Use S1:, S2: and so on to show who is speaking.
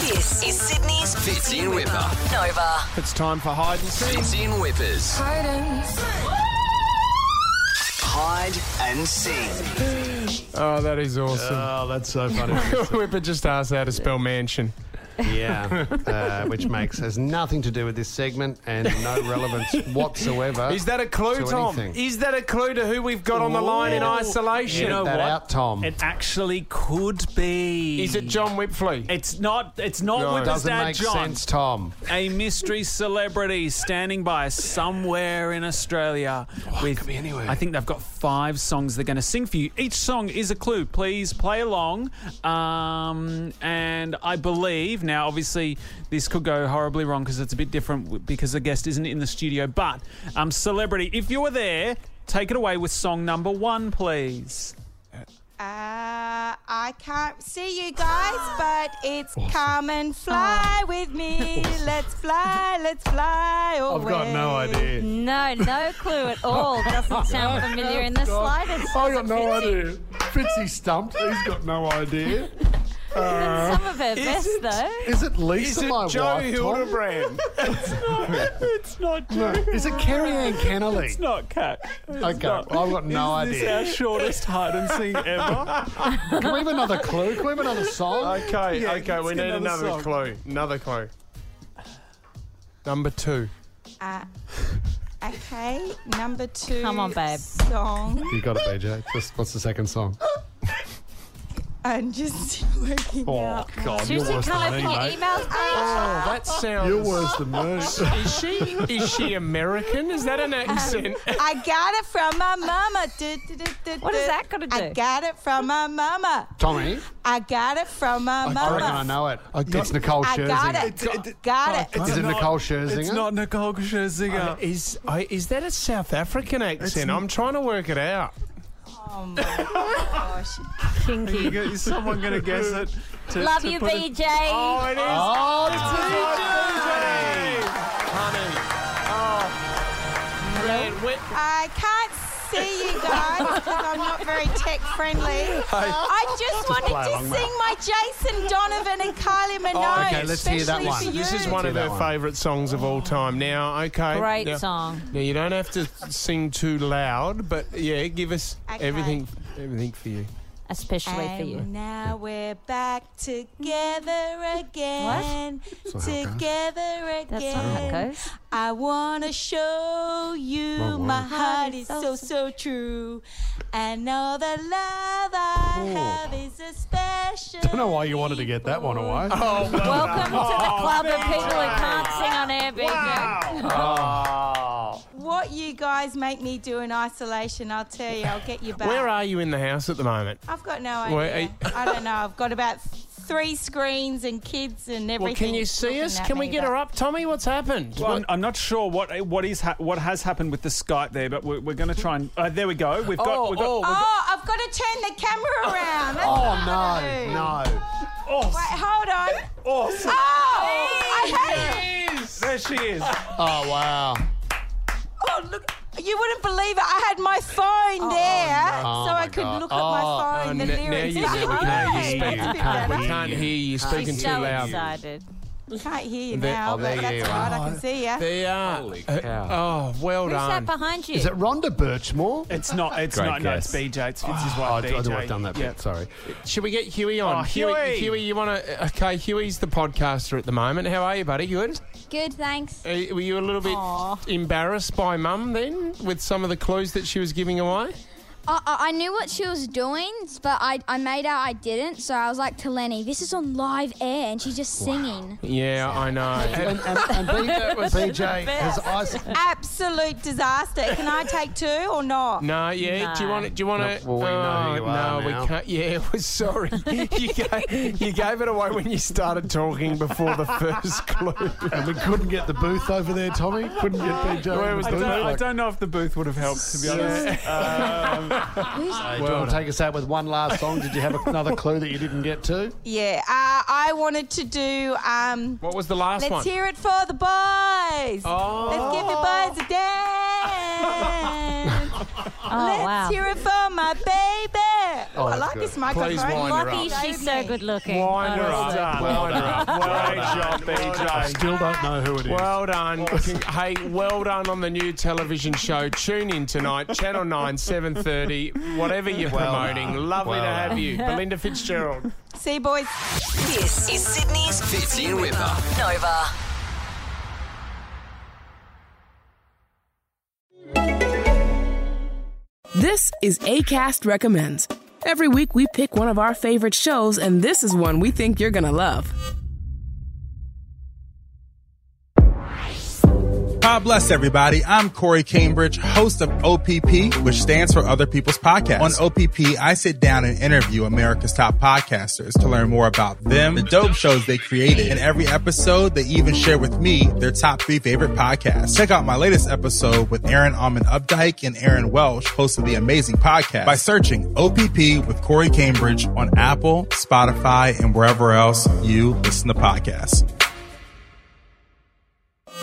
S1: This is Sydney's
S2: Fitzy and Whipper.
S1: Nova.
S3: It's time for hide and seek.
S2: Fitzy and Whippers. Hide and seek.
S3: Oh, that is awesome.
S4: Oh, that's so funny.
S3: Whipper just asked how to spell mansion.
S4: yeah, uh, which makes has nothing to do with this segment and no relevance whatsoever.
S3: Is that a clue,
S4: Uh, to
S3: Tom?
S4: anything.
S3: Is that a clue to who we've got on the line in
S5: Ooh.
S3: isolation?
S5: You know
S4: that
S5: what?
S4: out, Tom?
S5: It actually could be.
S3: is it John Whipfley?
S5: It's not. It's not.
S3: No.
S5: Whippers
S4: doesn't
S5: dad
S4: make
S5: John.
S4: sense, Tom.
S5: A mystery celebrity standing by somewhere in Australia. with,
S4: could be anywhere.
S5: I think they've got five songs they're going to sing for you. Each song is a clue. Please play along. Um, and I believe now, obviously, this could go horribly wrong because it's a bit different w- because the guest isn't in the studio. But um, celebrity, if you were there, take it away with song number one, please.
S6: Uh, I can't see you guys, but it's come and fly with me. Let's fly, let's fly away.
S4: I've got no idea. Oh,
S7: No, no clue at all. Doesn't sound familiar in the slightest.
S4: I got no idea. Fitzy stumped. He's got no idea.
S7: Some of her best though.
S4: Is it Lisa,
S3: is it
S4: my
S3: Joe
S4: wife? Tom?
S3: Hildebrand?
S5: It's not.
S4: Is it Kerry Ann Kennelly?
S5: It's not cat. It's
S4: okay, Oh,
S5: not.
S4: I've got no
S5: Is
S4: idea.
S5: This our shortest hide and seek ever.
S4: Can we have another clue? Can we have another song?
S3: Okay,
S5: Yeah,
S3: okay, we
S5: let's get
S3: need another,
S5: another song.
S3: clue. Another clue. Number two.
S6: Uh, okay, number two.
S7: Come on, babe.
S6: Song.
S4: You got it, BJ. Just- What's the second song?
S6: I'm just working
S4: Oh.
S6: out.
S4: God,
S7: Seriously, can't open your emails page.
S3: Oh, that sounds.
S4: You're worse than me.
S3: Is she? Is she American? Is that an accent?
S6: I got it from my mama. Du- du- du- du-
S7: What has
S6: du.
S7: that got to
S6: I
S7: do?
S6: got it from my mama.
S4: Tommy,
S6: I got it from my
S4: I reckon I
S6: mama.
S4: know it. it's Nicole
S6: Oh. I
S4: Scherzinger.
S6: got it. Got it.
S4: Is it Nicole Scherzinger?
S5: It's not Nicole Scherzinger.
S3: Uh, is I, is that a South African accent? I'm trying to work it out.
S6: Oh my gosh.
S7: Kinky.
S5: Is someone going to guess it? To,
S7: Love
S5: to
S7: you,
S5: put it-
S7: BJ.
S3: Oh, it is.
S4: Oh,
S6: I can't see you guys because I'm not very tech friendly. I just wanted
S4: play
S6: to
S4: along, mate. Oh,
S6: sing my Jason Donovan and Kylie Minogue.
S4: okay, let's hear that one.
S6: especially for
S3: This is
S6: you.
S3: one
S4: Do
S3: of
S4: that
S3: her
S4: one.
S3: favourite songs of all time. Now, okay.
S7: Great
S3: now,
S7: song.
S3: Now you don't have to sing too loud, but yeah, give us
S6: Okay.
S3: everything, everything for you.
S7: Especially for you.
S6: And now we're back together again.
S4: That's not how it goes.
S6: Together again.
S7: That's not how it goes.
S6: I wanna show you
S4: Wrong one.
S6: my heart is so so true, and all the love I have is a special.
S4: I don't know why you wanted to get that one away.
S7: Welcome to the club of people who can't sing on air, BJ.
S6: What you guys make me do in isolation, I'll tell you. I'll get you back.
S3: Where are you in the house at the moment?
S6: I've got no
S3: Where
S6: idea.
S3: are
S6: I don't know. I've got about three screens and kids and everything.
S3: Well, can you see
S6: looking
S3: us?
S6: at
S3: Can we
S6: me,
S3: get
S6: but-
S3: her up, Tommy? What's happened?
S5: Well,
S3: What-
S5: I'm, I'm not sure what what is ha- what has happened with the Skype there, but we're, we're going to try and uh, there we go. We've got.
S3: Oh,
S5: we've got
S3: oh,
S6: Oh, I've got to turn the camera around. That's
S4: Oh,
S6: what I've gotta
S4: no,
S6: do.
S4: no.
S6: Wait, hold on.
S5: awesome!
S6: Oh,
S4: Ah!
S6: I had it.
S5: There she is.
S4: Oh, wow.
S6: Oh, look. You wouldn't believe it. I had my phone there,
S4: Oh,
S6: so
S4: my
S6: I could
S4: God.
S6: look at my
S4: Oh,
S6: phone. the
S3: n-
S6: lyrics.
S3: Now you,
S6: That's
S3: now we
S6: right.
S3: can't,
S4: Hey,
S3: you
S6: That's
S3: speak,
S6: a bit
S4: can't.
S3: we
S6: better.
S3: can't hear you. You're speaking
S7: She's
S3: too
S7: so
S3: loud.
S7: excited.
S6: Can't hear you
S3: There-
S6: now,
S4: oh, there
S6: but
S4: you
S6: that's
S4: are.
S6: right. I can see you.
S3: They are. Uh, oh, well
S7: Who's that
S3: done.
S7: behind you?
S4: Is it Rhonda Birchmore?
S5: It's not. It's
S4: Great
S5: not. No, it's
S4: guess.
S5: BJ. It's Fitz's
S4: Oh, I
S5: wife.
S4: do, I
S5: BJ.
S4: do, I've done that
S5: Yeah.
S4: bit, sorry.
S3: Should we get Huey on?
S5: Oh, Huey.
S3: Huey, you want to? Okay, Huey's the podcaster at the moment. How are you, buddy? Good.
S8: Good, thanks.
S3: Uh, were you a little bit
S6: Aw.
S3: embarrassed by Mum then with some of the clues that she was giving away?
S8: I, I I knew what she was doing, but I, I made out I didn't. So I was like to Lenny, this is on live air, and she's just singing.
S3: Yeah, I know.
S4: And, and, and BJ, BJ has ice.
S6: Absolute disaster. Can I take two or not?
S3: No, yeah. Do you
S7: No.
S3: want it? Do you want to?
S4: No, well, we know who you are
S3: no,
S4: now.
S3: we can't. Yeah, we're sorry. you, gave, you gave it away when you started talking before the first clue.
S4: And we couldn't get the booth over there, Tommy. Couldn't get BJ.
S3: Where
S4: in
S3: was
S5: I
S4: the booth.
S5: don't, I
S4: Like,
S5: don't know if the booth would have helped to be honest.
S4: hey, do you want to take us out with one last song? Did you have another clue that you didn't get to?
S6: Yeah. Uh, I wanted to do. Um,
S3: What was the last
S6: let's
S3: one?
S6: hear it for the boys.
S3: Oh.
S6: Let's give the boys a dance.
S7: oh,
S6: Let's
S7: wow.
S6: hear it for my baby. Oh, I
S4: that's
S6: like
S4: good.
S6: this microphone.
S3: wind her
S6: Lucky
S7: Lucky she's so good looking.
S3: Wind her
S7: Honestly.
S3: up.
S4: Well
S3: Wind her up.
S5: off,
S4: I
S5: BJ.
S4: still don't know who it is.
S3: Well done. Con- Hey, well done on the new television show. Tune in tonight, Channel 9, 7.30, whatever you're promoting. Lovely to
S9: Well
S3: have
S9: done.
S3: you. Belinda Fitzgerald.
S6: See, boys.
S1: This is Sydney's
S10: Fitzy and Whipper.
S1: Nova.
S8: This is ACAST Recommends. Every week we pick one of our favorite shows, and this is one we think you're gonna love.
S11: God bless everybody. I'm Corey Cambridge, host of OPP, which stands for Other People's Podcast. On OPP, I sit down and interview America's top podcasters to learn more about them, the dope shows they created. In every episode, they even share with me their top three favorite podcasts. Check out my latest episode with Aaron Almond Updike and Aaron Welsh, host of the amazing podcast, by searching OPP with Corey Cambridge on Apple, Spotify, and wherever else you listen to podcasts.